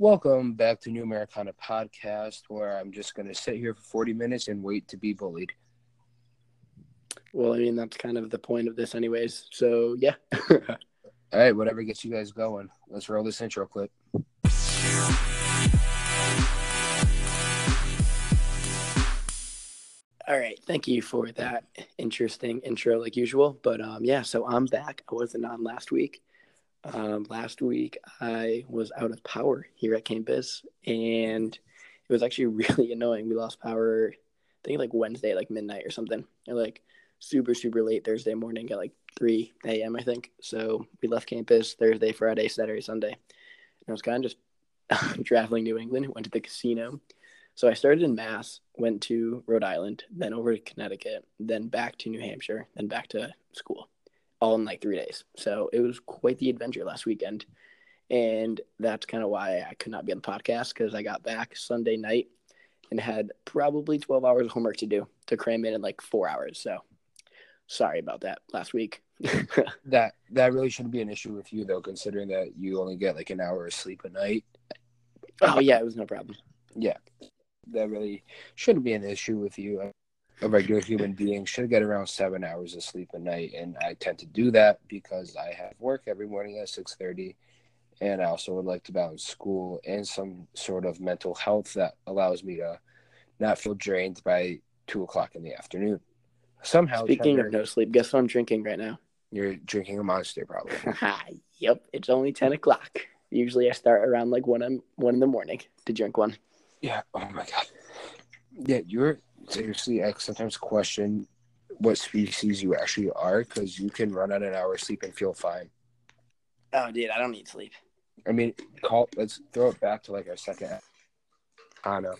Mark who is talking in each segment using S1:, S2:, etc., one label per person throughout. S1: Welcome back to New Americana Podcast, where I'm just going to sit here for 40 minutes and wait to be bullied.
S2: Well, I mean, that's kind of the point of this, anyways. So, yeah.
S1: All right, whatever gets you guys going. Let's roll this intro clip.
S2: All right. Thank you for that interesting intro, like usual. But um, yeah, so I'm back. I wasn't on last week. Um, last week, I was out of power here at campus, and it was actually really annoying. We lost power, I think, like Wednesday, like midnight or something, or like super, super late Thursday morning at like 3 a.m., I think. So we left campus Thursday, Friday, Saturday, Sunday. And I was kind of just traveling New England, went to the casino. So I started in Mass, went to Rhode Island, then over to Connecticut, then back to New Hampshire, then back to school all in like three days. So it was quite the adventure last weekend. And that's kind of why I could not be on the podcast because I got back Sunday night and had probably 12 hours of homework to do to cram in in like four hours. So sorry about that last week.
S1: That that really shouldn't be an issue with you though, considering that you only get like an hour of sleep a night.
S2: oh, yeah, it was no problem.
S1: Yeah, that really shouldn't be an issue with you. A regular human being should get around seven hours of sleep a night, and I tend to do that because I have work every morning at six thirty, and I also would like to balance school and some sort of mental health that allows me to not feel drained by two o'clock in the afternoon. Somehow,
S2: Speaking
S1: Trevor,
S2: of no sleep, guess what I'm drinking right now?
S1: you're drinking a monster, probably.
S2: yep, it's only 10 o'clock. Usually I start around like 1, in- 1 in the morning to drink one.
S1: Yeah. Oh my god. Yeah, you're seriously. I sometimes question what species you actually are because you can run on an hour of sleep and feel fine.
S2: Oh, dude, I don't need sleep.
S1: I mean, call. Let's throw it back to like our second Anna,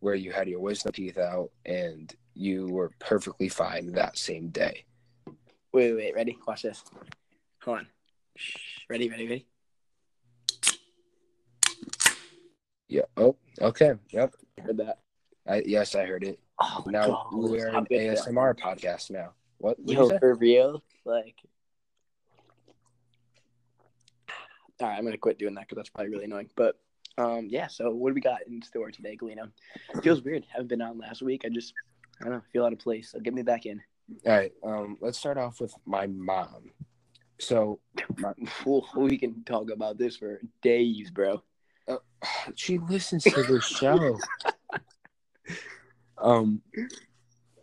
S1: where you had your wisdom teeth out and you were perfectly fine that same day.
S2: Wait, wait, wait, ready? Watch this. Hold on. Shh. Ready, ready, ready?
S1: Yeah. Oh. Okay. Yep.
S2: Heard that.
S1: I, yes, I heard it.
S2: Oh, my
S1: Now
S2: God,
S1: we're
S2: how
S1: an
S2: good that-
S1: ASMR podcast. Now. What? what'd you
S2: Yo,
S1: say?
S2: for real? Like, all right, I'm gonna quit doing that because that's probably really annoying. But um, yeah. So what do we got in store today, Galena? Feels weird. Haven't been on last week. I just, I don't know, feel out of place. So get me back in.
S1: All right. Um. Let's start off with my mom. So
S2: Ooh, we can talk about this for days, bro.
S1: she listens to this show. um,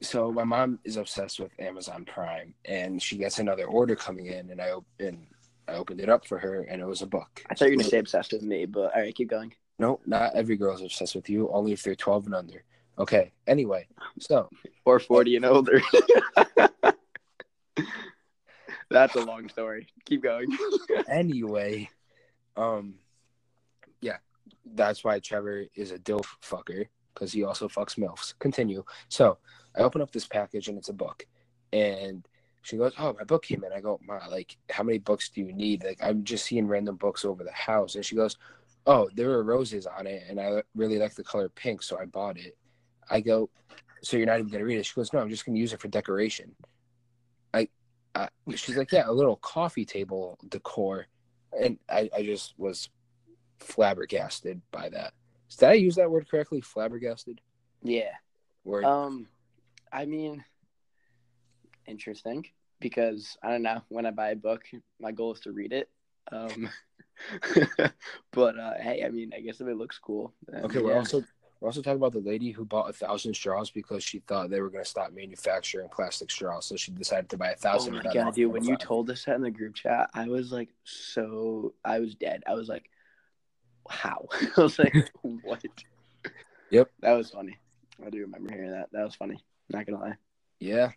S1: so my mom is obsessed with Amazon Prime, and she gets another order coming in, and I open, I opened it up for her, and it was a book.
S2: I thought you were gonna say obsessed with me, but all right, keep going.
S1: No, not every girl is obsessed with you. Only if they're twelve and under. Okay. Anyway, so
S2: Or 40 and older. that's a long story. Keep going.
S1: anyway, um, yeah, that's why Trevor is a dilf fucker because he also fucks milfs. Continue. So I open up this package and it's a book, and she goes, "Oh, my book came in." I go, "Ma, like, how many books do you need?" Like, I'm just seeing random books over the house, and she goes, "Oh, there are roses on it, and I really like the color pink, so I bought it." I go, "So you're not even gonna read it?" She goes, "No, I'm just gonna use it for decoration." I, I uh, she's like, "Yeah, a little coffee table decor." and I, I just was flabbergasted by that. Did I use that word correctly? Flabbergasted.
S2: Yeah.
S1: Word.
S2: Um, I mean, interesting because I don't know when I buy a book, my goal is to read it. Um, but uh, hey, I mean, I guess if it looks cool, then
S1: okay, we're
S2: yeah.
S1: also we're also talking about the lady who bought a thousand straws because she thought they were going to stop manufacturing plastic straws, so she decided to buy a
S2: Oh
S1: thousand.
S2: my
S1: and got
S2: god,
S1: it
S2: dude!
S1: off
S2: When you
S1: Amazon.
S2: told us that in the group chat, I was like, so I was dead. I was like, how? I was like, what?
S1: Yep.
S2: That was funny. I do remember hearing that. That was funny. Not gonna lie.
S1: yeah,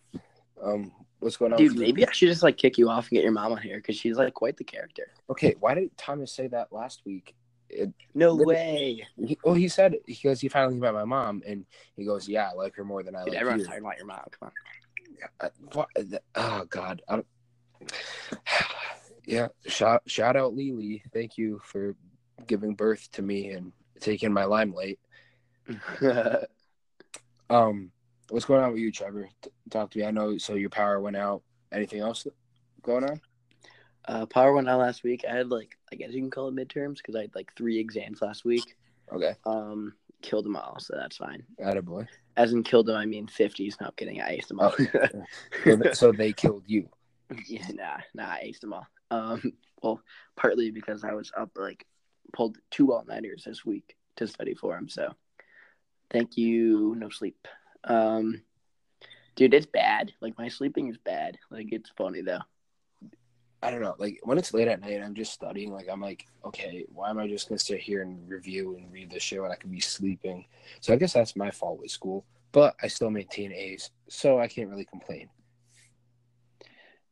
S1: um, what's going on,
S2: Dude,
S1: with you?
S2: maybe I should just like kick you off and get your mom on here because she's like quite the character.
S1: Okay, why did Thomas say that last week? It,
S2: No
S1: Let me-
S2: way.
S1: he, well, he said he goes, he finally met my mom, and he goes, yeah, I like her more than I
S2: Dude,
S1: like
S2: everyone's
S1: you.
S2: talking about your mom. Come on.
S1: I- what- Uh, oh god I don't, yeah shout, shout out lily thank you for giving birth to me and taking my limelight um what's going on with you trevor T- talk to me i know so your power went out anything else going on
S2: Uh, power went out last week. I had like I guess you can call it midterms because I had like three exams last week.
S1: Okay.
S2: Um, killed them all, so that's fine.
S1: Attaboy.
S2: As in killed them, I mean fifties. No, I'm kidding. I aced them
S1: Oh,
S2: all.
S1: So, th- so they killed you.
S2: yeah, nah, nah, I aced them all. Um, well, partly because I was up like pulled two all nighters this week to study for them. So, thank you, no sleep. Um, dude, it's bad. Like my sleeping is bad. Like it's funny though.
S1: I don't know. Like when it's late at night, I'm just studying. Like I'm like, okay, why am I just gonna sit here and review and read this shit when I could be sleeping? So I guess that's my fault with school, but I still maintain A's, so I can't really complain.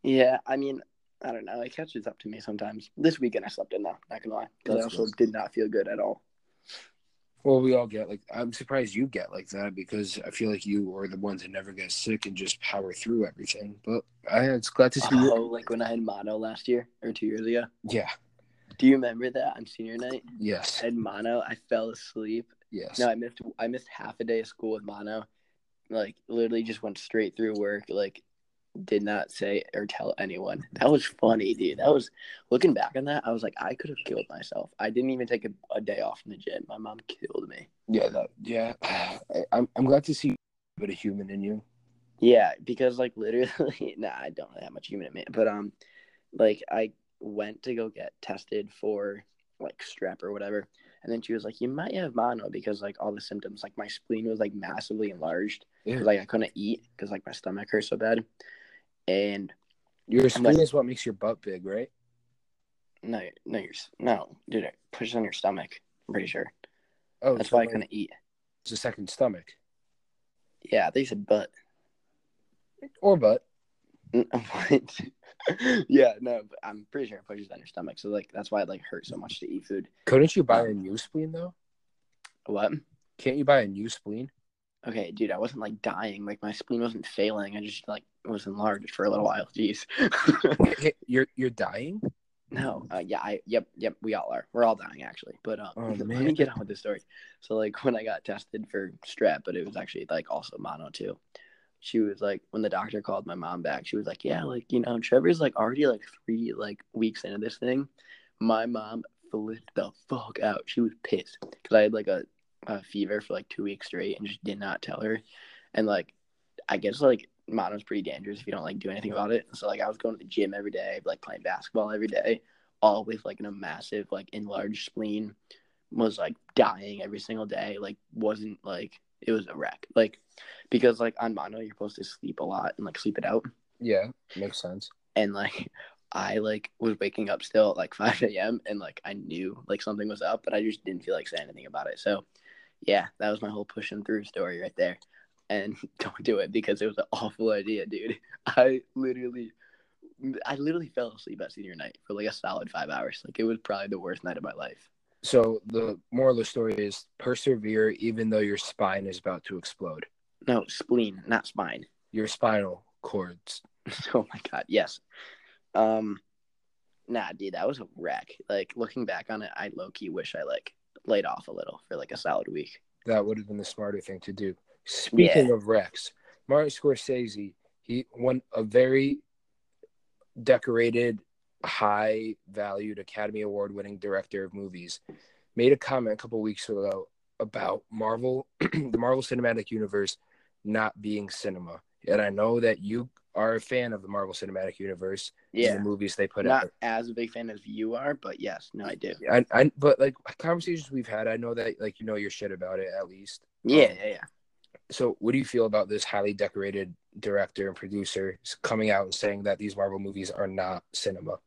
S2: Yeah, I mean, I don't know. It catches up to me sometimes. This weekend I slept in though. Not gonna lie, because I
S1: That's
S2: also
S1: good.
S2: did not feel good at all.
S1: Well, we all get like I'm surprised you get like that because I feel like you are the ones that never get sick and just power through everything. But I am glad to see
S2: Oh,
S1: you.
S2: like when I had mono last year or two years ago.
S1: Yeah.
S2: Do you remember that on senior night? I
S1: Yes.
S2: had mono. I fell asleep.
S1: Yes.
S2: No, I missed. I missed half a day of school with mono. Like literally, just went straight through work. Like, did not say or tell anyone. That was funny, dude. That was looking back on that. I was like, I could have killed myself. I didn't even take a, a day off from the gym. My mom killed me.
S1: Yeah. That, yeah. I, I'm. I'm glad to see a bit of human in you.
S2: Yeah, because like literally, nah, I don't really have much human in me. But um, like I went to go get tested for like strep or whatever, and then she was like, "You might have mono because like all the symptoms, like my spleen was like massively enlarged, 'cause,
S1: Yeah.
S2: like I couldn't eat because like my stomach hurt so bad." And
S1: Your spleen is what makes your butt big, right?
S2: no, no, you're s- no, dude, it pushes on your stomach. I'm pretty sure
S1: Oh,
S2: that's
S1: so
S2: why I
S1: like,
S2: couldn't eat.
S1: It's a second stomach
S2: Yeah, they said but
S1: or butt.
S2: what? yeah, no, but I'm pretty sure it pushes on your stomach, so like that's why it like hurts so much to eat food.
S1: Couldn't you buy a new spleen though?
S2: What?
S1: Can't you buy a new spleen?
S2: Okay, dude, I wasn't like dying. Like my spleen wasn't failing. I just like was enlarged for a little while. Jeez.
S1: Hey, You're you're dying.
S2: no, uh, yeah, I, yep, yep. We all are. We're all dying actually. But um,
S1: Oh,
S2: let me
S1: man.
S2: get on with the story. So like when I got tested for strep, but it was actually like also mono too. She was like, when the doctor called my mom back, she was like, yeah, like you know, Trevor's like already like three like weeks into this thing. My mom flipped the fuck out. She was pissed because I had like a, a fever for like two weeks straight and just did not tell her. And like, I guess like mono's pretty dangerous if you don't like do anything about it. So like, I was going to the gym every day, like playing basketball every day, all with like a massive like enlarged spleen. Was like dying every single day. Like wasn't like it was a wreck. Like because like on mono you're supposed to sleep a lot and like sleep it out
S1: Yeah, makes sense.
S2: and like I like was waking up still at like 5 a.m. and like I knew like something was up, but I just didn't feel like saying anything about it. So yeah, that was my whole pushing through story right there. And don't do it because it was an awful idea, dude. I literally, I literally fell asleep at senior night for like a solid five hours. Like it was probably the worst night of my life.
S1: So the moral of the story is persevere, even though your spine is about to explode.
S2: No, spleen, not spine.
S1: Your spinal cords.
S2: Oh my god, yes. Um nah, dude, that was a wreck. Like looking back on it, I low key wish I like laid off a little for like a solid week.
S1: That would have been the smarter thing to do. Speaking of Rex, Martin Scorsese, he won a very decorated, high valued Academy Award winning director of movies, made a comment a couple weeks ago about Marvel, the Marvel Cinematic Universe not being cinema. And I know that you are a fan of the Marvel Cinematic Universe and
S2: Yeah.
S1: the movies they put out.
S2: Not as big fan as you are, but yes, no, I do.
S1: I, I, but like conversations we've had, I know that like you know your shit about it at least.
S2: Yeah, yeah, yeah.
S1: So, what do you feel about this highly decorated director and producer coming out and saying that these Marvel movies are not cinema?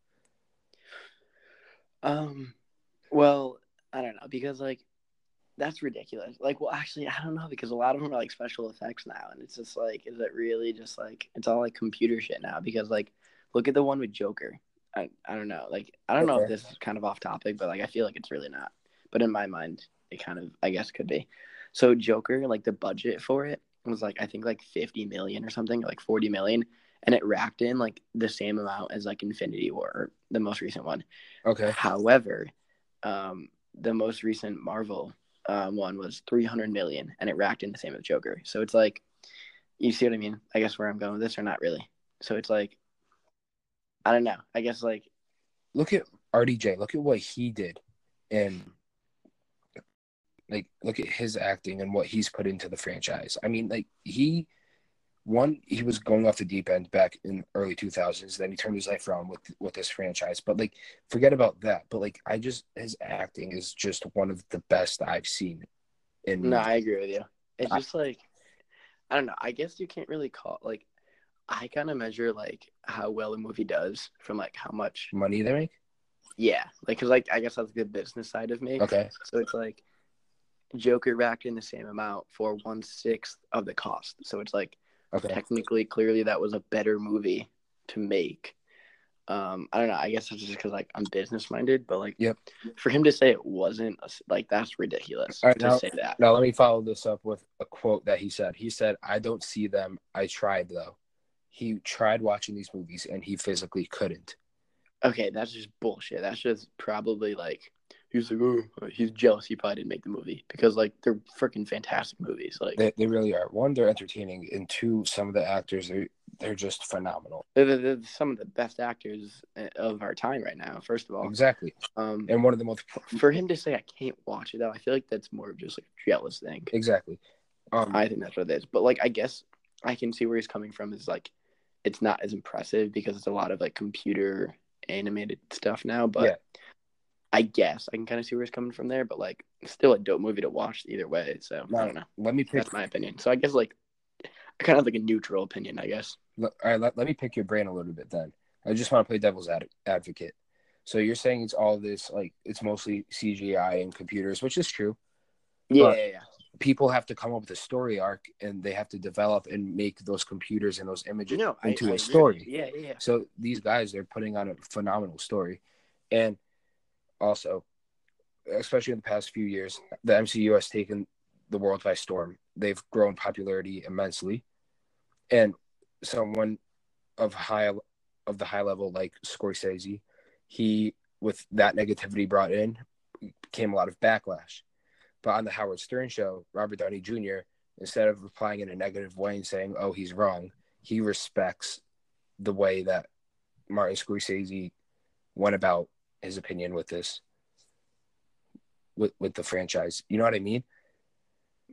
S2: Um well, I don't know, because like that's ridiculous. Like, well actually I don't know because a lot of them are like special effects now and it's just like is it really just like it's all like computer shit now because like look at the one with Joker. I, I don't know. Like I don't know if
S1: Okay.
S2: this is kind of off topic, but like I feel like it's really not. But in my mind, it kind of I guess could be. So Joker, like the budget for it was like I think like fifty million or something, like forty million, and it racked in like the same amount as like Infinity War, or the most recent one.
S1: Okay.
S2: However, um, the most recent Marvel um, one was 300 million, and it racked in the same as Joker. So it's like, you see what I mean? I guess where I'm going with this, or not really. So it's like, I don't know. I guess like
S1: look at RDJ. Look at what he did, and like look at his acting and what he's put into the franchise. I mean, like he one he was going off the deep end back in early 2000s then he turned his life around with with this franchise but like forget about that but like i just his acting is just one of the best i've seen in
S2: No, I agree with you. It's
S1: Hmm. I-
S2: just like I don't know. I guess you can't really call like I kind of measure like how well a movie does from like how much.
S1: money they make
S2: Yeah, like because like I guess that's the business side of me.
S1: okay
S2: So it's like Joker racked in the same amount for one sixth of the cost. So it's like
S1: okay
S2: technically, clearly, that was a better movie to make. Um, I don't know. I guess it's just because like I'm business minded, but like,
S1: Yep.
S2: for him to say it wasn't a s- like that's ridiculous
S1: All right,
S2: to
S1: now-
S2: say that.
S1: now let me follow this up with a quote that he said he said i don't see them i tried though he tried watching these movies and he physically couldn't
S2: Okay, that's just bullshit. That's just probably like he's like, oh, he's jealous. He probably didn't make the movie because like they're freaking fantastic movies. Like
S1: they, they really are one they're entertaining and two some of the actors they're, they're just phenomenal
S2: they're, they're, they're some of the best actors eh, of our time right now. First of all,
S1: exactly
S2: um,
S1: and one of the most
S2: for him to say I can't watch it though, I feel like that's more of just like a jealous thing.
S1: exactly um,
S2: I think that's what it is. But like I guess I can see where he's coming from is like it's not as impressive because it's a lot of like computer animated stuff now, but
S1: Yeah.
S2: I guess I can kind of see where he's coming from there, but like still a dope movie to watch either way. So I
S1: No,
S2: don't know.
S1: let me pick
S2: That's my opinion. So I guess like I kind of have like a neutral opinion, I guess.
S1: All right, let, let me pick your brain a little bit then. I just want to play devil's ad, advocate. So you're saying it's all this like it's mostly CGI and computers, which is true.
S2: Yeah,
S1: But-
S2: yeah, yeah.
S1: People have to come up with a story arc and they have to develop and make those computers and those images
S2: No, I-
S1: into
S2: I
S1: a
S2: agree.
S1: story.
S2: Yeah, yeah, yeah.
S1: So these guys they're putting on a phenomenal story, and also, especially in the past few years, the MCU has taken the world by storm. They've grown popularity immensely, and someone of high of the high level like Scorsese, he with that negativity brought in, came a lot of backlash. But on the Howard Stern show, Robert Downey Jr. instead of replying in a negative way and saying, "Oh, he's wrong," he respects the way that Martin Scorsese went about his opinion with this with with the franchise. You know what I mean?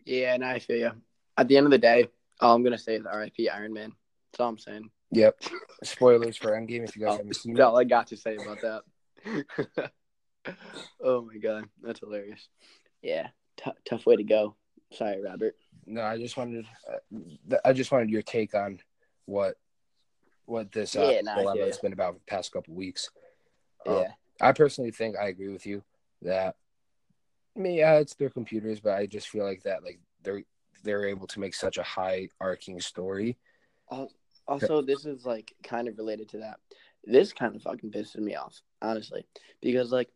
S2: Yeah, and I feel you. At the end of the day, all I'm gonna say is R.I.P. Iron Man. That's all I'm saying.
S1: Yep. Spoilers for Endgame if you guys
S2: Oh,
S1: haven't seen
S2: That's all I got to say about that. oh my god, that's hilarious. Yeah, t- tough way to go. Sorry, Robert.
S1: it. No, I just wanted uh, I just wanted your take on what what this uh,
S2: Yeah, nah, I
S1: dilemma
S2: hear
S1: has
S2: ya.
S1: been about the past couple weeks. Um,
S2: Yeah,
S1: I personally think I agree with you that I mean, yeah, it's their computers, but I just feel like that like they're they're able to make such a high arcing story.
S2: Also, this is like kind of related to that. This kind of fucking pisses me off, honestly, because like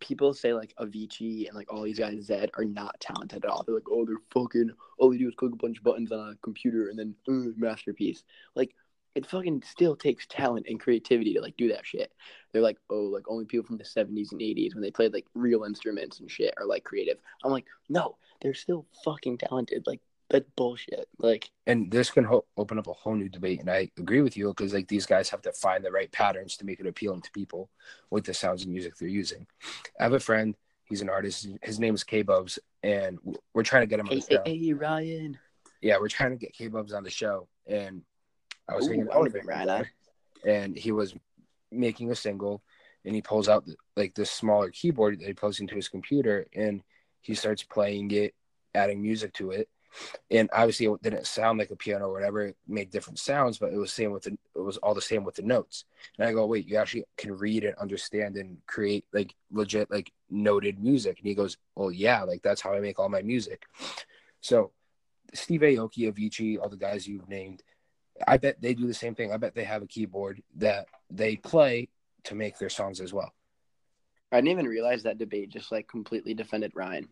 S2: people say like Avicii and like all these guys Zed are not talented at all. They're like, oh, they're fucking all they do is click a bunch of buttons on a computer and then mm, masterpiece. Like it fucking still takes talent and creativity to like do that shit. They're like, oh, like only people from the seventies and eighties when they played like real instruments and shit are like creative. I'm like, no, they're still fucking talented. Like that's bullshit. Like
S1: and this can ho- open up a whole new debate and i agree with you because like these guys have to find the right patterns to make it appealing to people with the sounds and music they're using i have a friend he's an artist his name is k-bubs and w- we're trying to get him on
S2: hey,
S1: the
S2: hey,
S1: show
S2: hey Ryan.
S1: yeah we're trying to get k-bubs on the show and i was
S2: Ooh,
S1: thinking
S2: I would've been right on.
S1: and he was making a single and he pulls out like this smaller keyboard that he plugs into his computer and he starts playing it adding music to it and obviously it didn't sound like a piano or whatever it made different sounds but it was same with the, it was all the same with the notes and i go wait you actually can read and understand and create like legit like noted music and he goes well yeah like that's how i make all my music so steve aoki avicii all the guys you've named i bet they do the same thing i bet they have a keyboard that they play to make their songs as well
S2: I didn't even realize that debate just like completely defended Ryan.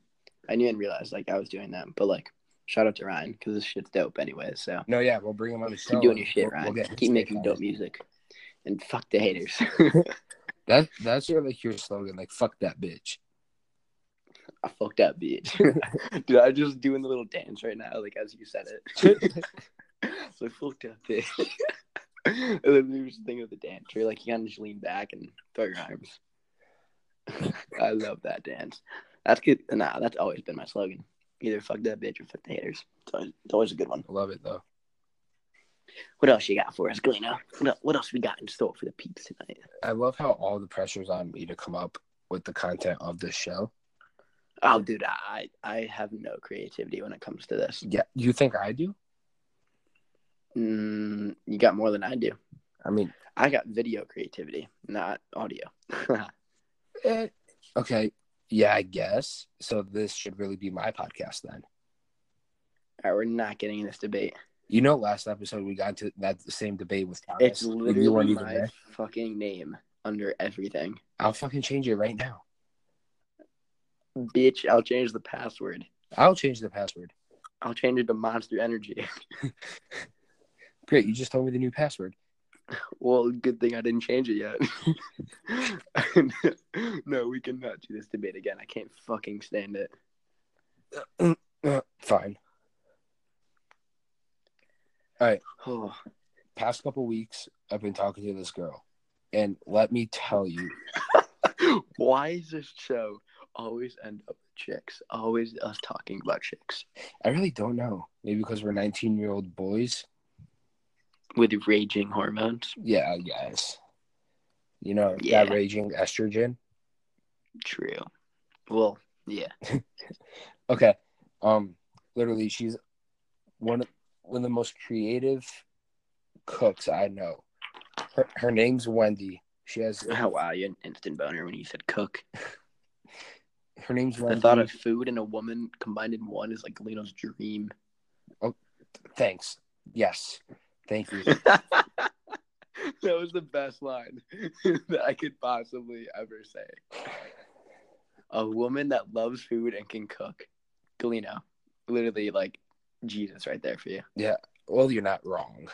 S2: I didn't even realize like I was doing that, but like shout out to Ryan because this shitit's dope anyway. So
S1: no yeah we'll bring him on the show
S2: keep
S1: and
S2: doing your shit,
S1: we'll-
S2: Ryan.
S1: we'll get his
S2: keep
S1: take
S2: making
S1: on
S2: dope
S1: it.
S2: music, and fuck the haters.
S1: that that's your like your slogan like fuck that bitch
S2: I fucked up, bitch. Dude, I'm just doing the little dance right now, like as you said it. so fucked up, bitch. and then we were just thinking of the dance. You're like, you gotta just lean back and throw your arms. I love that dance. That's good. Nah, that's always been my slogan. Either fuck that bitch or fuck the haters. It's always, it's always a good one.
S1: I love it though.
S2: What else you got for us, Gleno? What el- What else we got in store for the peeps tonight?
S1: I love how all the pressure's on me to come up with the content of this show.
S2: Oh, dude, I I have no creativity when it comes to this.
S1: Yeah, you think I do?
S2: Mm, you got more than I do.
S1: I mean,
S2: I got video creativity, not audio.
S1: eh, okay, yeah, I guess. So this should really be my podcast then.
S2: All right, we're not getting in this debate.
S1: You know, last episode we got into that same debate with Thomas.
S2: It's
S1: You weren't
S2: literally
S1: even
S2: my
S1: there.
S2: fucking name under everything.
S1: I'll fucking change it right now.
S2: Bitch, I'll change the password.
S1: I'll change the password.
S2: I'll change it to Monster Energy.
S1: Great, you just told me the new password.
S2: well, good thing I didn't change it yet. no, we cannot do this debate again. I can't fucking stand it.
S1: Uh, fine.
S2: Oh,
S1: Past couple weeks, I've been talking to this girl, and let me tell you,
S2: why is this show always end up with chicks? Always us talking about chicks
S1: I really don't know. Maybe because we're 19 year old boys.
S2: with raging hormones.
S1: Yeah, I guess. You know,
S2: Yeah.
S1: that raging estrogen.
S2: True. Well, yeah.
S1: Okay. Um, literally, she's one of, one of the most creative cooks I know. Her, her name's Wendy. She has
S2: Oh, wow, you're an instant boner when you said cook.
S1: her name's
S2: The
S1: Wendy.
S2: thought of food and a woman combined in one is like Leno's dream.
S1: Thanks. Yes. Thank you.
S2: that was the best line that I could possibly ever say. A woman that loves food and can cook. Galeno. Literally like Jesus right there for you.
S1: well, you're not wrong.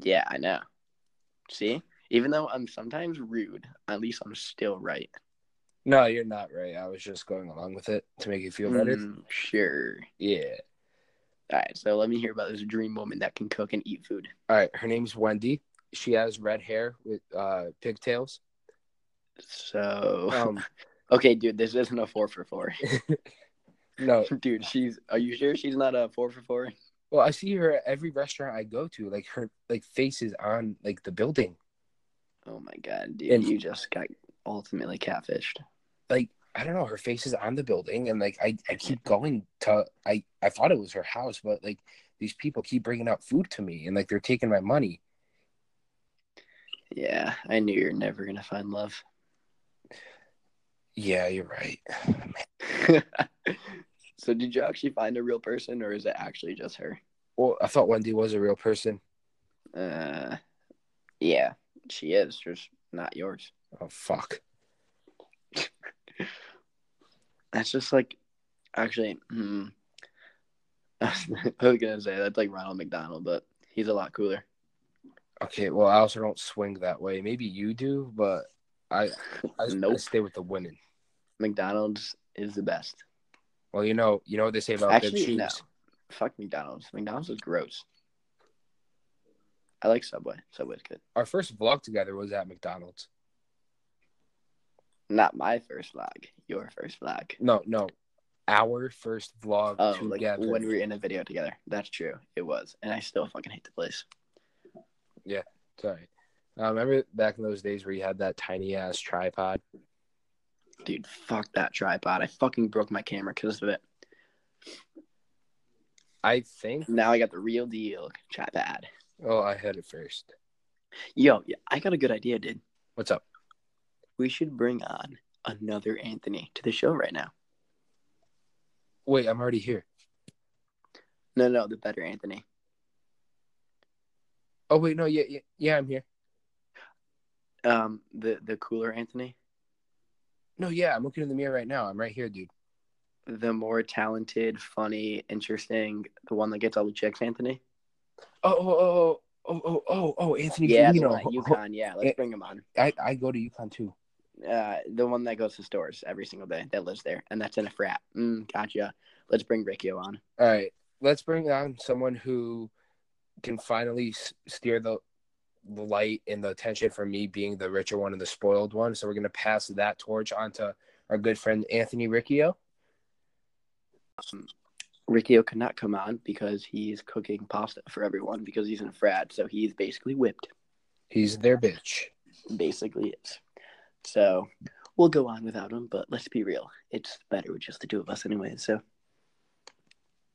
S2: Yeah, I know. See? Even though I'm sometimes rude, at least I'm still right.
S1: No, you're not right. I was just going along with it to make you feel better.
S2: Mm, sure.
S1: Yeah.
S2: All right, so let me hear about this dream woman that can cook and eat food.
S1: All right. Her name's Wendy. She has red hair with uh, pigtails.
S2: So,
S1: Um,
S2: okay, dude, this isn't a four for four.
S1: no,
S2: dude, she's. Are you sure she's not a four for four?
S1: Well, I see her at every restaurant I go to. Like her, like face is on like the building.
S2: Oh my god, dude,
S1: And-
S2: you just got ultimately catfished.
S1: Like I don't know, her face is on the building, and like I, I keep going to. I I thought it was her house, but like these people keep bringing out food to me, and like they're taking my money.
S2: Yeah, I knew you're never gonna find love.
S1: Yeah, you're right.
S2: so, did you actually find a real person, or is it actually just her?
S1: Well, I thought Wendy was a real person.
S2: Uh, yeah, she is. Just not yours.
S1: Oh fuck.
S2: That's just like, actually, hmm. I was gonna say that's like Ronald McDonald, but he's a lot cooler.
S1: Okay. Well, I also don't swing that way. Maybe you do, but I I, I
S2: Nope.
S1: stay with the women.
S2: McDonald's is the best.
S1: Well, you know, you know what they say about good
S2: Actually,
S1: shoes.
S2: no. Fuck McDonald's. McDonald's is gross. I like Subway. Subway's good.
S1: Our first vlog together was at McDonald's.
S2: Not my first vlog. Your first vlog.
S1: No, no. Our first vlog
S2: Oh, like
S1: together.
S2: when we were in a video together. That's true. It was, and I still fucking hate the place.
S1: Sorry. I remember back in those days where you had that tiny ass tripod?
S2: Dude, fuck that tripod. I fucking broke my camera because of it.
S1: I think.
S2: Now I got the real deal tripod.
S1: Oh, I had it first.
S2: Yo, yeah, I got a good idea, dude.
S1: What's up?
S2: We should bring on another Anthony to the show right now.
S1: Wait, I'm already here.
S2: No, no, the better Anthony.
S1: Oh, wait, no. Yeah, yeah, yeah I'm here.
S2: Um, the the cooler Anthony,
S1: No, yeah, I'm looking in the mirror right now. I'm right here, dude.
S2: the more talented, funny, interesting, the one that gets all the chicks, Anthony.
S1: Oh, oh, oh, oh, oh, oh, oh Anthony
S2: Yeah, the
S1: Foligno.
S2: one at UConn. Yeah, let's
S1: Yeah.
S2: bring him on.
S1: I, I go to UConn too.
S2: Uh, the one that goes to stores every single day that lives there, and that's in a frat. Mm, gotcha. Let's bring Riccio on.
S1: All right, let's bring on someone who can finally s- steer the light and the attention for me being the richer one and the spoiled one. So we're gonna pass that torch on to our good friend Anthony Riccio.
S2: Um, Riccio could not come on because he's cooking pasta for everyone because he's in a frat, so he's basically whipped.
S1: He's their bitch.
S2: Basically is. So we'll go on without him, but let's be real. It's better with just the two of us anyway, so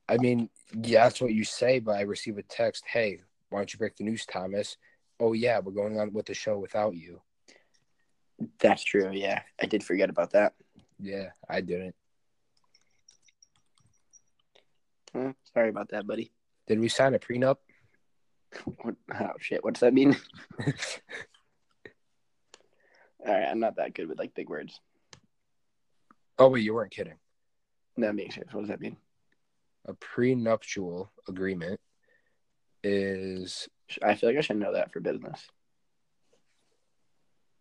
S1: I mean, yeah, that's what you say, but I receive a text, hey, why don't you break the news, Thomas? Oh yeah, we're going on with the show without you.
S2: that's true, yeah. I did forget about that.
S1: Yeah, I didn't.
S2: Hmm, sorry about that, buddy.
S1: Did we sign a prenup?
S2: What, oh shit, what does that mean? Alright, I'm not that good with like big words.
S1: Oh wait, you weren't kidding.
S2: That makes sense. What does that mean?
S1: A prenuptial agreement is
S2: I feel like I should know that for business.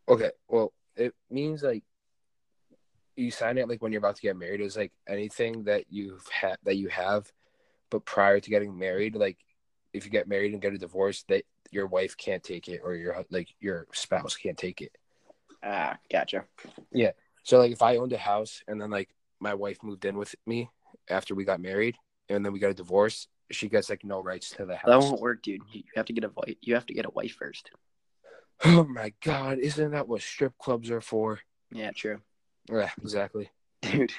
S1: okay. Well, it means like you sign it like when you're about to get married. It's like anything that you've had that you have, but prior to getting married, like if you get married and get a divorce, that your wife can't take it or your hu- like your spouse can't take it.
S2: Ah, gotcha.
S1: So like if I owned a house and then like my wife moved in with me after we got married and then we got a divorce, she gets like no rights to the
S2: That
S1: house.
S2: won't work, dude. You you have to get a wife. You have to get a wife first.
S1: Oh my god, isn't that what strip clubs are for?
S2: Yeah, true.
S1: Yeah, exactly.
S2: Dude,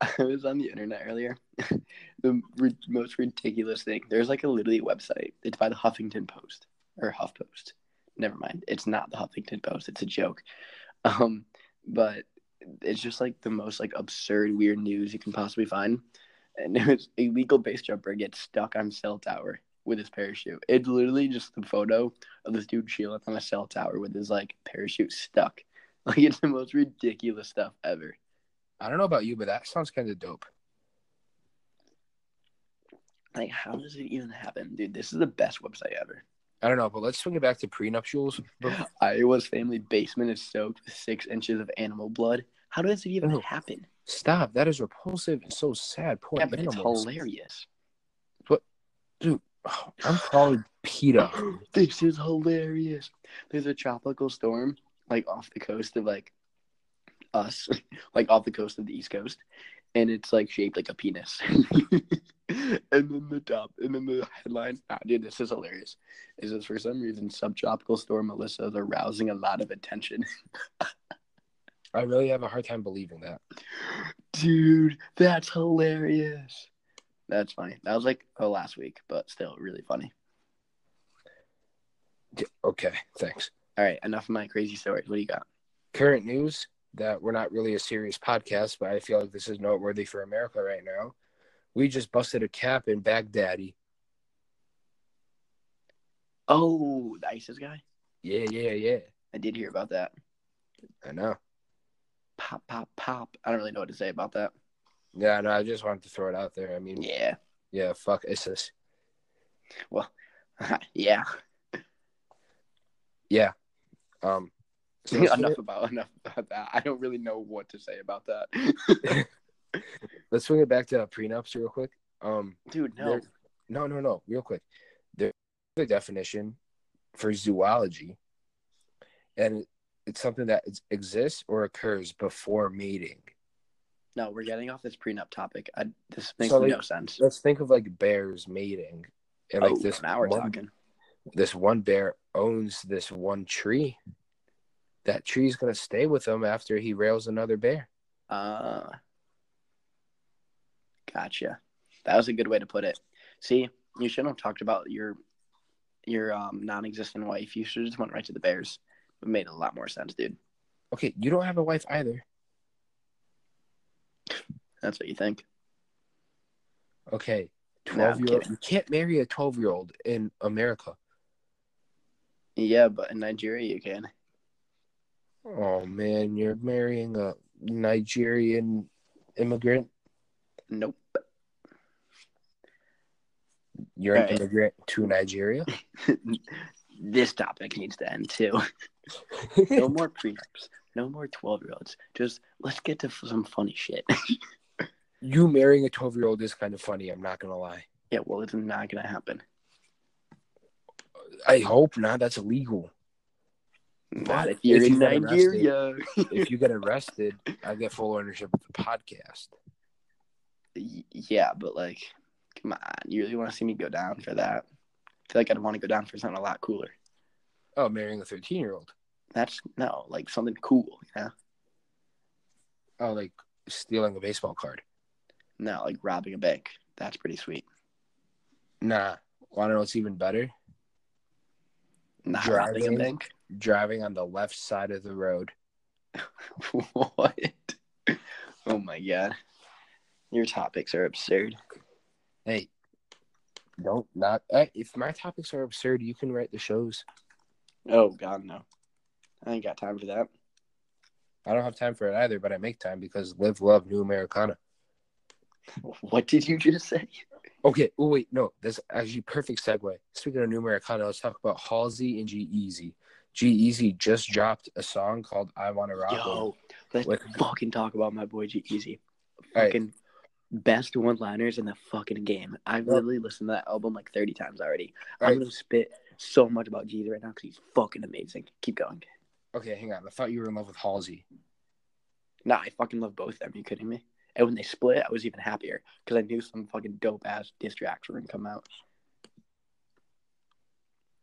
S2: I was on the internet earlier. the ri- most ridiculous thing. There's like a literally website. It's by the Huffington Post or HuffPost. Never mind. It's not the Huffington Post. It's a joke. Um, but it's just like the most like absurd, weird news you can possibly find. And it was illegal base jumper gets stuck on cell tower with his parachute. It's literally just the photo of this dude chilling on a cell tower with his like parachute stuck. Like it's the most ridiculous stuff ever.
S1: I don't know about you, but that sounds kind of dope.
S2: Like, how does it even happen, dude? This is the best website ever.
S1: I don't know, but let's swing it back to prenuptials. But
S2: Iowa's family basement is soaked with six inches of animal blood. How does it even
S1: Ew.
S2: happen?
S1: stop, that is repulsive and so sad. Poor
S2: Yeah, but it's
S1: animals.
S2: hilarious.
S1: Oh, I'm calling PETA.
S2: this is hilarious. There's a tropical storm like off the coast of like us, like off the coast of the East Coast, and it's like shaped like a penis. and then the top, and then the headline. Ah, dude, this is hilarious. Is this for some reason subtropical storm Melissa is arousing a lot of attention?
S1: I really have a hard time believing that.
S2: Dude, that's hilarious. That's funny. That was like oh, last week, but still really funny.
S1: D- Okay, thanks.
S2: All right, enough of my crazy stories. What do you got?
S1: current news that we're not really a serious podcast, but I feel like this is noteworthy for America right now. We just busted a cap in Baghdadi.
S2: Oh, the ISIS guy.
S1: Yeah, yeah, yeah.
S2: I did hear about that.
S1: I know.
S2: Pop, pop, pop. I don't really know what to say about that.
S1: Yeah, no, I just wanted to throw it out there. I mean, yeah,
S2: Yeah.
S1: fuck ISIS.
S2: yeah.
S1: Yeah. Um, so let's, swing
S2: enough
S1: it,
S2: about enough about that. I don't really know what to say about that.
S1: let's swing it back to prenups real quick. Um,
S2: Dude, no.
S1: there- no, no, no, real quick. There's the definition for zoology, and it's something that is- exists or occurs before mating.
S2: No, we're getting off this prenup topic. I, this makes
S1: So, like,
S2: no sense.
S1: let's think of like bears mating and like
S2: oh,
S1: this
S2: now we're
S1: one,
S2: talking.
S1: this one bear owns this one tree that tree's gonna stay with him after he rails another bear
S2: Uh, gotcha. That was a good way to put it. See, you shouldn't have talked about your your um, non-existent wife. You should have just went right to the Bears. It made a lot more sense, dude.
S1: okay you don't have a wife either
S2: That's what you think.
S1: okay
S2: No,
S1: 12
S2: I'm
S1: year old
S2: kidding.
S1: you can't marry a 12 year old in america
S2: Yeah, but in Nigeria you can.
S1: oh man you're marrying a nigerian immigrant
S2: Nope.
S1: you're an
S2: Right.
S1: immigrant to nigeria
S2: this topic needs to end too. No more prenups. No more twelve-year-olds. Just let's get to f- some funny shit.
S1: you marrying a 12 year old is kind of funny i'm not gonna lie
S2: yeah, well, it's not gonna happen.
S1: I hope not. That's illegal.
S2: Not if
S1: If
S2: you're in
S1: you got
S2: Nigeria.
S1: if you get arrested, I get full ownership of the podcast.
S2: Y- yeah, but like, come on, you really want to see me go down for that? I feel like I'd want to go down for something a lot cooler.
S1: Oh, marrying a thirteen-year-old.
S2: That's no, like something cool, you know?
S1: Oh, like stealing a baseball card.
S2: No, like robbing a bank. That's pretty sweet.
S1: Nah. Want to know what's even better?
S2: Not robbing a
S1: Driving.
S2: bank.
S1: Driving on the left side of the road.
S2: what? Oh my god, your topics are absurd.
S1: Hey, don't not. eh, if my topics are absurd, you can write the shows.
S2: Oh god, no. I ain't got time for that.
S1: I don't have time for it either, but I make time because live, love, new Americana.
S2: What did you just say?
S1: Okay. Oh wait, no, that's actually perfect segue. Speaking of new Americana, let's talk about Halsey and G Easy. G Easy just dropped a song called "I Want to Rock." With.
S2: Yo, let's
S1: What?
S2: fucking talk about my boy G Easy.
S1: All right.
S2: Fucking best one liners in the fucking game. I've
S1: Well-
S2: literally listened to that album like 30 times already.
S1: All
S2: I'm
S1: right.
S2: gonna spit so much about Jeezy right now because he's fucking amazing. Keep going.
S1: Okay, hang on. I thought you were in love with Halsey.
S2: Nah, I fucking love both of them. you kidding me? And when they split, I was even happier because I knew some fucking dope ass diss tracks were gonna come out.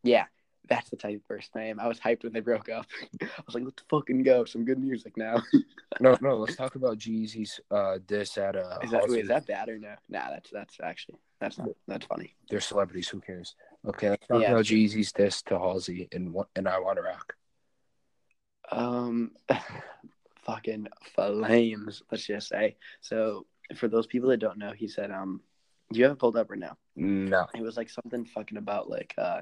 S2: Yeah, that's the type of person I am. I was hyped when they broke up. I was like, let's fucking go. Some good music now.
S1: No, no. Let's talk about Jeezy's uh, diss at uh,
S2: Is that,
S1: Halsey.
S2: wait, is that bad or no? Nah, that's that's actually that's not that's funny.
S1: They're celebrities. Who cares? Okay, let's talk
S2: Yeah.
S1: about Jeezy's diss to Halsey and what and I Want to Rock.
S2: Um, fucking flames. Let's just say. So for those people that don't know, he said, um, do you have it pulled up or no?
S1: No,
S2: It was like something fucking about like uh,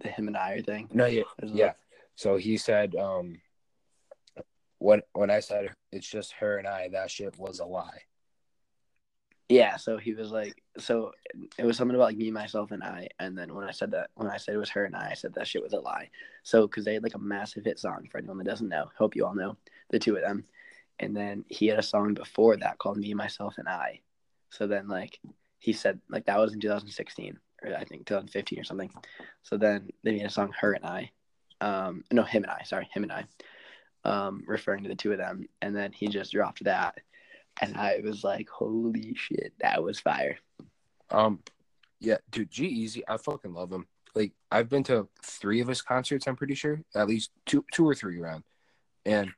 S2: the him and I thing.
S1: no, yeah,
S2: It was like-
S1: yeah. So he said, um, when when I said it's just her and I, that shit was a lie.
S2: Yeah, so he was like, so it was something about like me, myself, and I. And then when I said that, when I said it was her and I, I said that shit was a lie. So, because they had like a massive hit song for anyone that doesn't know, hope you all know the two of them. And then he had a song before that called Me, Myself, and I. So then, like, he said, like, that was in 2016, or I think 2015 or something. So then they made a song, Her and I. Um, no, Him and I, sorry, Him and I, um, referring to the two of them. And then he just dropped that and I was like, "Holy shit, that was fire!"
S1: Um, yeah, dude, G Easy, I fucking love him. Like I've been to three of his concerts. I'm pretty sure, at least two, two or three around. And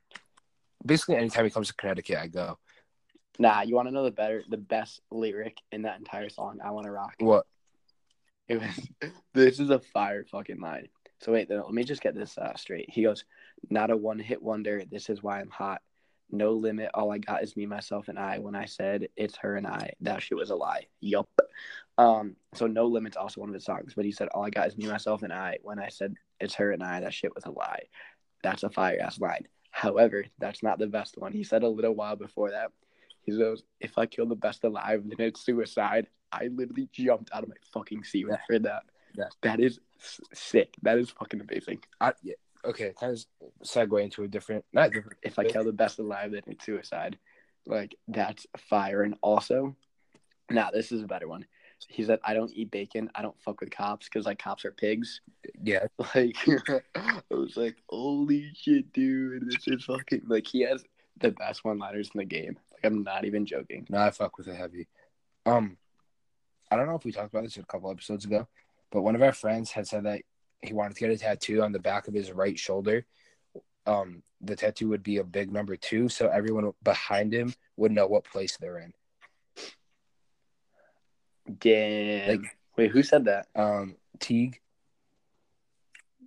S1: basically, anytime he comes to Connecticut, I go.
S2: Nah, you want to know the better, the best lyric in that entire song? I want to rock.
S1: What?
S2: It was, this is a fire fucking line. So wait, then, let me just get this uh, straight. He goes, "Not a one-hit wonder. This is why I'm hot. No limit. All I got is me, myself, and I." When I said it's her and I, that shit was a lie. Yup. Um. So no limit's also one of his songs, but he said, "All I got is me, myself, and I." When I said it's her and I, that shit was a lie. That's a fire ass line. However, that's not the best one. He said a little while before that. He goes, "If I kill the best alive, then it's suicide." I literally jumped out of my fucking seat when I heard that.
S1: Yeah.
S2: That is s- sick. That is fucking amazing.
S1: I yeah, okay, kind of segue into a different, not different.
S2: If I kill the best alive, then it's suicide. Like that's fire. And also, now nah, this is a better one. He said, "I don't eat bacon. I don't fuck with cops because like cops are pigs."
S1: Yeah,
S2: Like I was like, "Holy shit, dude! This is fucking like he has the best one-liners in the game." Like I'm not even joking.
S1: no, I fuck with it heavy. Um, I don't know if we talked about this a couple episodes ago, but one of our friends had said that he wanted to get a tattoo on the back of his right shoulder. Um, the tattoo would be a big number two, so everyone behind him would know what place they're in.
S2: Damn.
S1: Like-
S2: Wait, who said that?
S1: Um, Teague,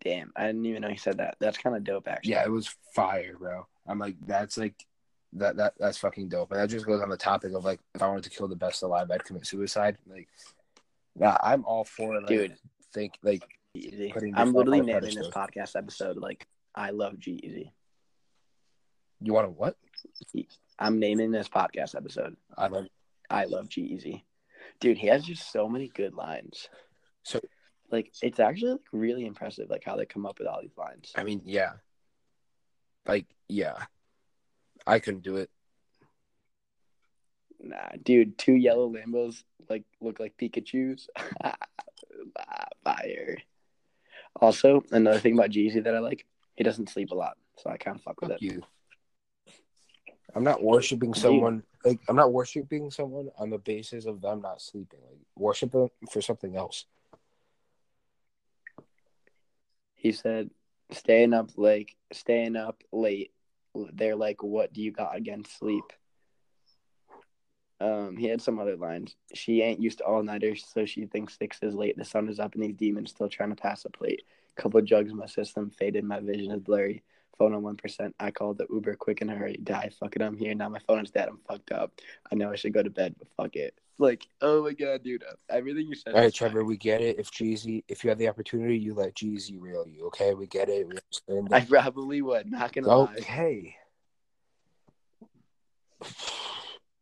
S2: Damn, I didn't even know he said that. That's kind of dope, actually.
S1: yeah, it was fire, bro. I'm like, that's like, that that that's fucking dope, and that just goes on the topic of like, if I wanted to kill the best alive, I'd commit suicide. Like, nah, I'm all for like,
S2: dude.
S1: think like
S2: Easy.
S1: putting
S2: E I'm
S1: yourself
S2: literally
S1: on a
S2: naming this
S1: pedestal.
S2: podcast episode like I love G E Easy.
S1: you want to what?
S2: I'm naming this podcast episode
S1: I love
S2: I love G Easy. Dude, he has just so many good lines.
S1: so.
S2: Like it's actually like, really impressive, like how they come up with all these lines.
S1: I mean, yeah, like yeah, I couldn't do it.
S2: Nah, dude, two yellow Lambos like look like Pikachu's. Fire. Also, another thing about Jeezy that I like, he doesn't sleep a lot, so I kind of fuck with
S1: Fuck
S2: it.
S1: you. I'm not worshiping
S2: Dude.
S1: someone like I'm not worshiping someone on the basis of them not sleeping. Like worship them for something else.
S2: He said, "Staying up like staying up late." They're like, "What do you got against sleep?" Um, he had some other lines. She ain't used to all nighters, so she thinks six is late. The sun is up, and these demons still trying to pass a plate. Couple jugs in my system faded. My vision is blurry. Phone on one percent. I called the Uber quick and hurry. Die, fuck it. I'm here now. My phone is dead. I'm fucked up. I know I should go to bed, but fuck it. Like, oh my god, dude, everything you said.
S1: All right,
S2: is-
S1: Trevor, we get it. If Jeezy, if you have the opportunity, you let Jeezy reel you. Okay, we get it. We understand
S2: I
S1: that.
S2: probably would. Not gonna lie.
S1: okay.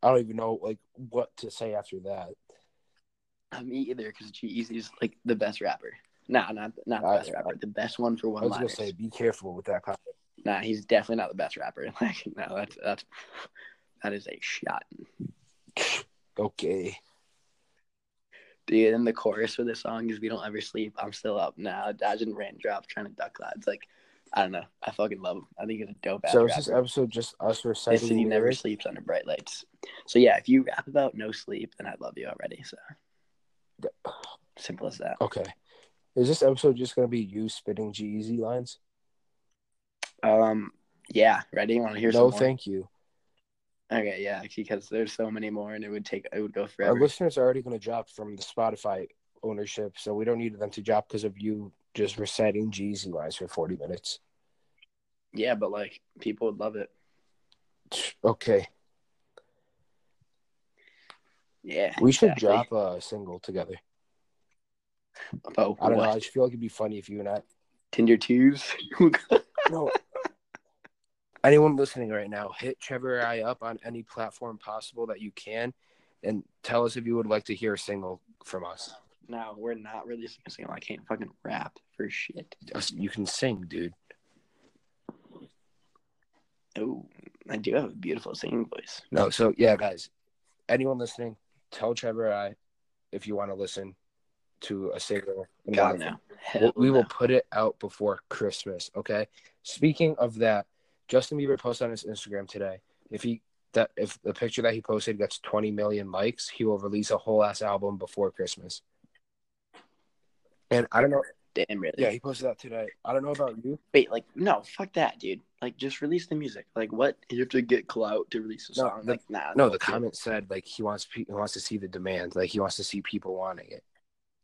S1: I don't even know like what to say after that.
S2: Uh, me either, because G-Eazy is like the best rapper. Nah, not not the
S1: I-
S2: best rapper. The best one for
S1: I
S2: one
S1: was gonna
S2: liners.
S1: say, be careful with that. Comment.
S2: Nah, he's definitely not the best rapper. Like, no, that's that's that is a shot,
S1: Okay,
S2: dude. And the chorus for the song is "We don't ever sleep. I'm still up now, dodging raindrops, trying to duck clouds." Like, I don't know. I fucking love him. I think he's a dope ass
S1: so is this
S2: rapper.
S1: episode just us
S2: This city
S1: reciting
S2: never
S1: lyrics?
S2: sleeps under bright lights. So yeah, if you rap about no sleep, then I love you already. So simple as that.
S1: Okay, is this episode just gonna be you spitting Jeezy lines?
S2: Um, yeah. Ready? Want to hear
S1: no,
S2: some more?
S1: thank you.
S2: Okay, yeah, because there's so many more, and it would take it would go
S1: Our
S2: forever.
S1: listeners are already going to drop from the Spotify ownership, so we don't need them to drop because of you just reciting Jeezy lines for 40 minutes.
S2: Yeah, but like people would love it.
S1: Okay.
S2: Yeah,
S1: We should
S2: exactly.
S1: drop a single together.
S2: Oh,
S1: I don't
S2: what?
S1: know. I just feel like it'd be funny if you and I.
S2: Tinder twos.
S1: No. Anyone listening right now, hit Trevor or I up on any platform possible that you can and tell us if you would like to hear a single from us.
S2: no, we're not releasing a single. I can't fucking rap for shit.
S1: Oh, You can sing, dude.
S2: Oh, I do have a beautiful singing voice.
S1: No, Oh, so yeah, guys, anyone listening, tell Trevor or I if you want to listen to a single. and
S2: God
S1: why.
S2: no. Hell
S1: We'll- we will
S2: no.
S1: put it out before Christmas. Okay. Speaking of that, Justin Bieber posted on his Instagram today. If he that if the picture that he posted gets 20 million likes, he will release a whole ass album before Christmas. And I don't know.
S2: Damn, really?
S1: Yeah, he posted that today. I don't know about you.
S2: Wait, like no, fuck that, dude. Like, just release the music. Like, what? You have to get clout to release a
S1: No,
S2: song.
S1: the-
S2: like, nah.
S1: No, the
S2: fuck you.
S1: comment said like he wants pe- he wants to see the demand. Like he wants to see people wanting it.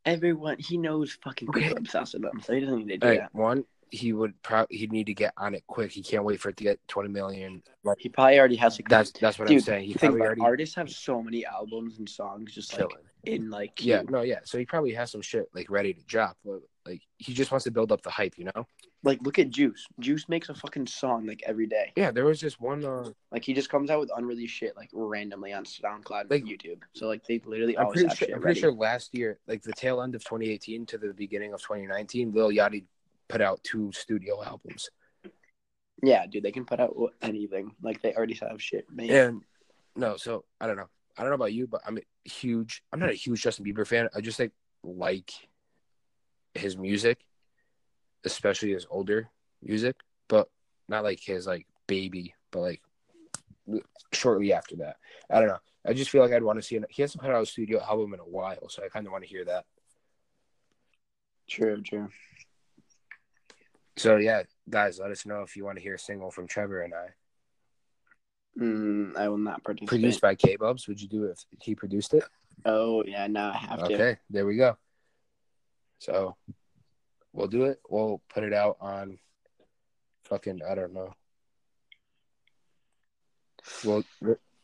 S2: Everyone, he knows fucking
S1: Okay.
S2: people are obsessed with him, so he doesn't need to do
S1: All
S2: that.
S1: right, one, he would probably he'd need to get on it quick. He can't wait for it to get 20 million. Like
S2: He probably already has a
S1: that's that's what I'm
S2: Dude,
S1: saying. He
S2: think
S1: probably
S2: about it,
S1: already
S2: artists have so many albums and songs just like
S1: chilling.
S2: in like
S1: Yeah,
S2: queue.
S1: no, yeah. So he probably has some shit like ready to drop. but, Like he just wants to build up the hype, you know?
S2: like look at Juice. Juice makes a fucking song like every day.
S1: Yeah, there was just one. Uh,
S2: Like he just comes out with unreleased shit like randomly on SoundCloud
S1: Like-
S2: and YouTube. So like they literally
S1: I'm
S2: always
S1: pretty
S2: have
S1: sure.
S2: shit
S1: I'm pretty
S2: ready.
S1: sure last year, like the tail end of 2018 to the beginning of 2019, Lil Yachty put out two studio albums,
S2: Yeah, dude, they can put out wh- anything. Like they already have shit made.
S1: and no, so I don't know. I don't know about you, but I'm a huge. I'm not a huge Justin Bieber fan. I just like like his music, especially his older music, but not like his like baby, but like shortly after that. I don't know. I just feel like I'd want to see. An, he hasn't put out a studio album in a while, so I kind of want to hear that.
S2: True, true.
S1: So yeah, guys, let us know if you want to hear a single from Trevor and I.
S2: Mm, I will not participate.
S1: Produced by K Bubs. Would you do it if he produced it?
S2: Oh yeah, now I have to.
S1: Okay, there we go. So we'll do it. We'll put it out on fucking I don't know. Well,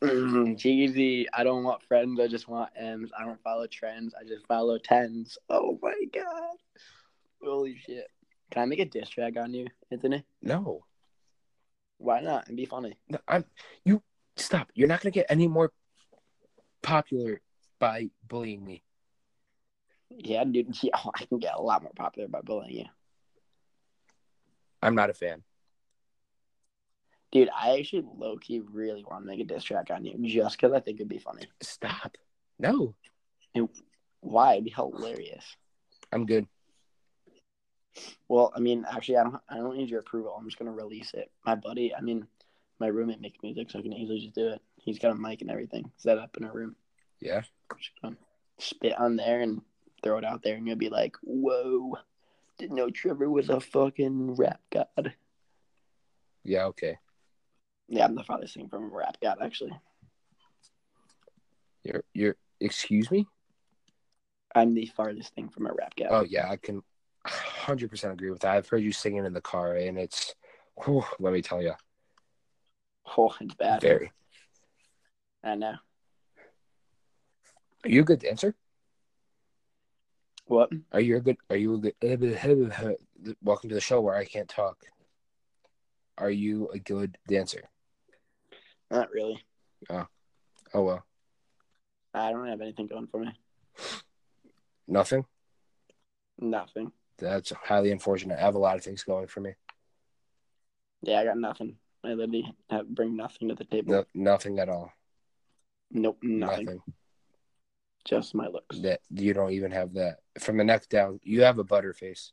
S2: Mm, Jeezy, I don't want friends. I just want M's. I don't follow trends. I just follow tens. Oh my god! Holy shit! Can I make a diss track on you, Anthony?
S1: no,
S2: Why not? And be funny.
S1: no I'm you stop. You're not gonna get any more popular by bullying me.
S2: Yeah, dude. Yeah, oh, I can get a lot more popular by bullying you,
S1: I'm not a fan.
S2: dude. I actually low key really want to make a diss track on you just because I think it'd be funny.
S1: Stop. No,
S2: Why? It'd be hilarious.
S1: I'm good.
S2: Well, I mean, actually, I don't. I don't need your approval. I'm just gonna release it. My buddy, I mean, my roommate makes music, so I can easily just do it. He's got a mic and everything set up in our room.
S1: Yeah.
S2: Just gonna spit on there and throw it out there, and you'll be like, "Whoa, didn't know Trevor was a fucking rap god."
S1: Yeah, okay.
S2: Yeah, I'm the farthest thing from a rap god, actually.
S1: You're you're excuse me?
S2: I'm the farthest thing from a rap god.
S1: Oh yeah, I can 100% agree with that. I've heard you singing in the car and it's whew, let me tell you,
S2: Oh, it's bad.
S1: very.
S2: I know.
S1: Are you a good dancer?
S2: What?
S1: Are you a good eh, are you a good welcome to the show where I can't talk. Are you a good dancer?
S2: Not really.
S1: Oh well.
S2: I don't have anything going for me.
S1: Nothing?
S2: Nothing.
S1: That's highly unfortunate. I have a lot of things going for me.
S2: Yeah, I got nothing. I literally have, bring nothing to the table.
S1: No, nothing at all.
S2: Nope, nothing.
S1: nothing.
S2: Just my looks.
S1: That you don't even have that. From the neck down, you have a butterface.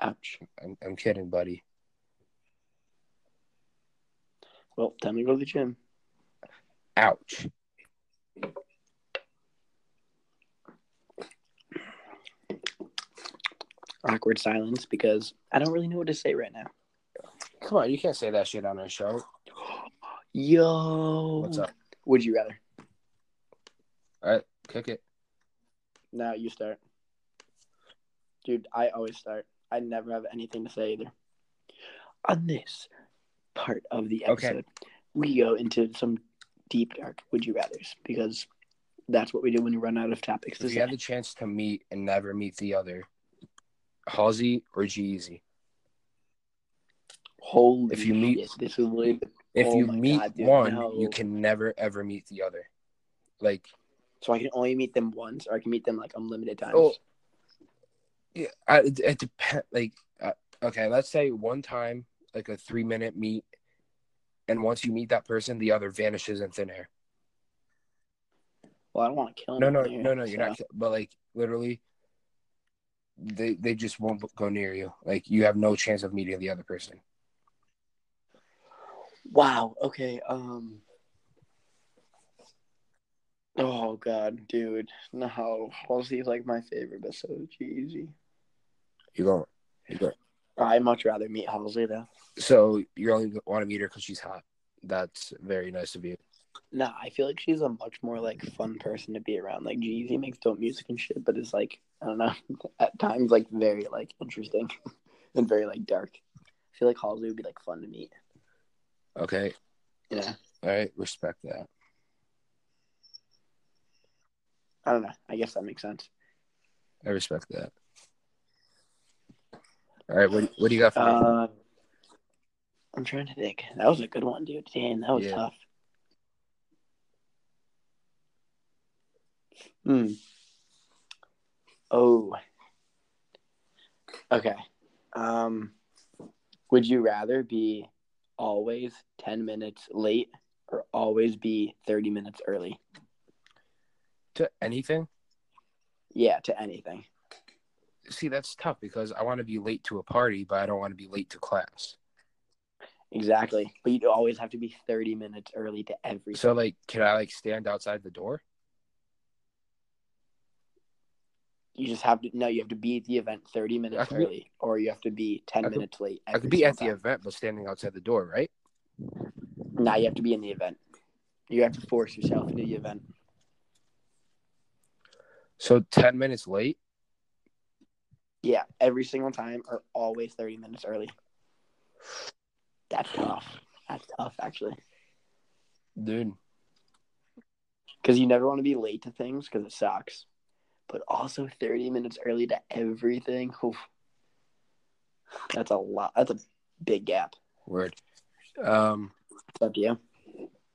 S2: Ouch.
S1: I'm I'm kidding, buddy.
S2: Well, time to go to the gym.
S1: Ouch.
S2: Awkward silence because I don't really know what to say right now.
S1: Come on, you can't say that shit on our show.
S2: Yo.
S1: What's up?
S2: Would you rather?
S1: Kick it.
S2: No, you start. Dude, I always start. I never have anything to say either. On this part of the
S1: Okay.
S2: episode, we go into some deep dark would you rathers because that's what we do when we run out of topics to
S1: If
S2: say.
S1: you had the chance to meet and never meet the other, Halsey or Jeezy.
S2: Holy
S1: if you meet-
S2: shit, this is really
S1: If
S2: Oh
S1: you
S2: my
S1: meet
S2: God, dude,
S1: one,
S2: no.
S1: you can never ever meet the other. Like,
S2: So I can only meet them once, or I can meet them like unlimited times.
S1: oh, yeah, I, it, it depends. Like, uh, okay, let's say one time, like a three minute meet, and once you meet that person, the other vanishes in thin air.
S2: well, I don't want to kill
S1: No,
S2: him.
S1: no, no, no, you're not. But like, literally, they they just won't go near you. Like, you have no chance of meeting the other person.
S2: Wow. Okay. Um. Oh God, dude, no. Halsey's like my favorite, but so is Jeezy.
S1: You don't. You don't.
S2: I'd much rather meet Halsey though.
S1: So you only want to meet her because she's hot. That's very nice of you.
S2: No, I feel like she's a much more like fun person to be around. Like Jeezy makes dope music and shit, but it's like I don't know, at times like very like interesting and very like dark. I feel like Halsey would be like fun to meet.
S1: Okay.
S2: You know,
S1: All right. Respect that.
S2: I don't know. I guess that makes sense.
S1: I respect that. All right. What, what do you got for me?
S2: Uh, I'm trying to think. That was a good one, dude. Damn, that was
S1: Yeah.
S2: tough. Hmm. Oh. Okay. Um, would you rather be always 10 minutes late or always be 30 minutes early?
S1: to anything?
S2: Yeah, to anything.
S1: See, that's tough because I want to be late to a party, but I don't want to be late to class.
S2: Exactly. But you'd always have to be 30 minutes early to everything.
S1: So, like, can I like stand outside the door?
S2: you just have to no you have to be at the event 30 minutes
S1: could be-
S2: early or you have to be 10
S1: I could-
S2: minutes late
S1: I could be at the event, but standing outside the door, right?
S2: event now you have to be in the event you have to force yourself into the event
S1: So ten minutes late.
S2: yeah every single time or always 30 minutes early that's tough that's tough actually
S1: Dude,
S2: because you never want to be late to things because it sucks but also 30 minutes early to everything oof. that's a lot that's a big gap
S1: word. Um,
S2: it's up to you
S1: All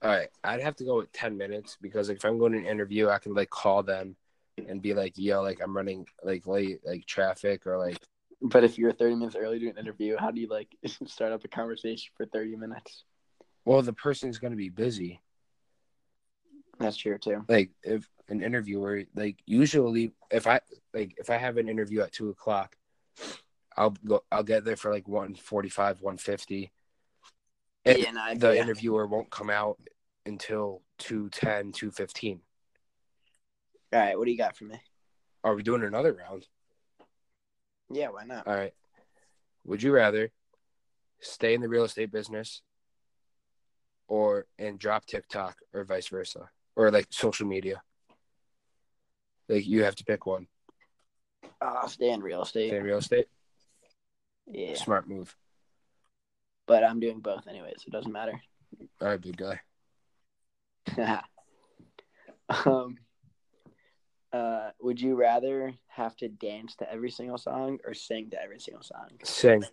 S1: right, I'd have to go with ten minutes because like, if I'm going to an interview, I can like call them and be like, "Yo, like I'm running like late, like traffic, or like
S2: but if you're 30 minutes early to an interview how do you like start up a conversation for 30 minutes
S1: well, the person's going to be busy."
S2: That's true too.
S1: like if an interviewer like usually if i like if i have an interview at two o'clock i'll go i'll get there for like 145 150 and
S2: yeah, no, I-
S1: the
S2: yeah.
S1: interviewer won't come out until 210 215
S2: All right, what do you got for me?
S1: are we doing another round
S2: Yeah, why not?
S1: all right would you rather stay in the real estate business or and drop tiktok or vice versa or like social media like you have to pick one
S2: Oh, I'll stay in real estate.
S1: stay in real estate
S2: Yeah,
S1: smart move
S2: but I'm doing both anyway, so it doesn't matter.
S1: All right, big guy.
S2: um, uh, would you rather have to dance to every single song or sing to every single song?
S1: Sing.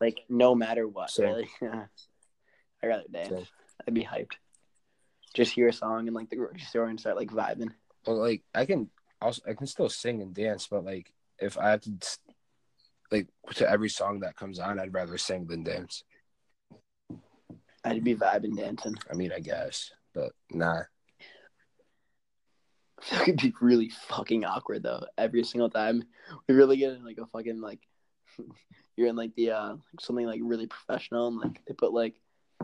S2: Like no matter what,
S1: Sing.
S2: really. I'd rather dance.
S1: Sing.
S2: I'd be hyped. Just hear a song in like the grocery store and start like vibing.
S1: Well, like I can also I can still sing and dance, but like if I have to s- like to every song that comes on, I'd rather sing than dance.
S2: I'd be vibing dancing.
S1: I mean, I guess, but nah.
S2: That could be really fucking awkward though. Every single time we really get in like a fucking like you're in like the uh like something like really professional and like they put like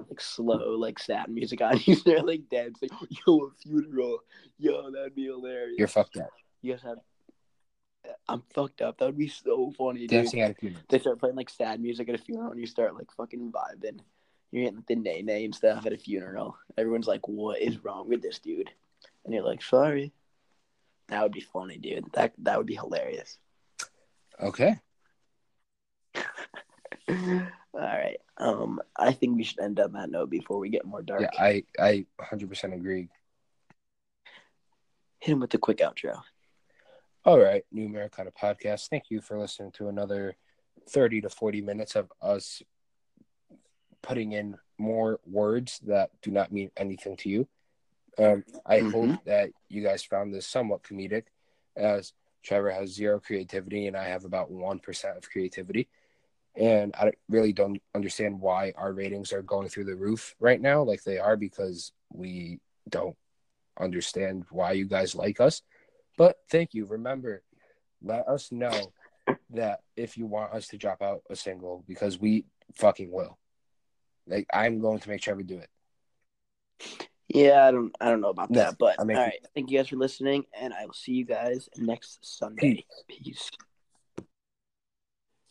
S2: like slow like sad music on you. They're like dead. It's like yo a funeral. Yo that'd be hilarious.
S1: You're fucked up.
S2: you guys have. I'm fucked up. That would be so funny, dude.
S1: Dancing at a funeral.
S2: They start playing like sad music at a funeral, and you start like fucking vibing. You're getting the nay nay and stuff at a funeral. Everyone's like, "What is wrong with this dude?" And you're like, "Sorry." That would be funny, dude. That that would be hilarious.
S1: Okay.
S2: All right. Um, I think we should end on that note before we get more dark.
S1: Yeah, I I 100% agree.
S2: Hit him with the quick outro.
S1: All right, New Americana podcast. Thank you for listening to another 30 to 40 minutes of us putting in more words that do not mean anything to you. Um, I hope that you guys found this somewhat comedic, as Trevor has zero creativity and I have about 1% of creativity. And I really don't understand why our ratings are going through the roof right now, like they are, because we don't understand why you guys like us. But thank you. Remember, let us know that if you want us to drop out a single, because we fucking will. Like I'm going to make Trevor do it.
S2: Yeah, I don't I don't know about
S1: No,
S2: that, but
S1: I
S2: all
S1: mean-
S2: right. Thank you guys for listening, and I will see you guys next Sunday. Peace.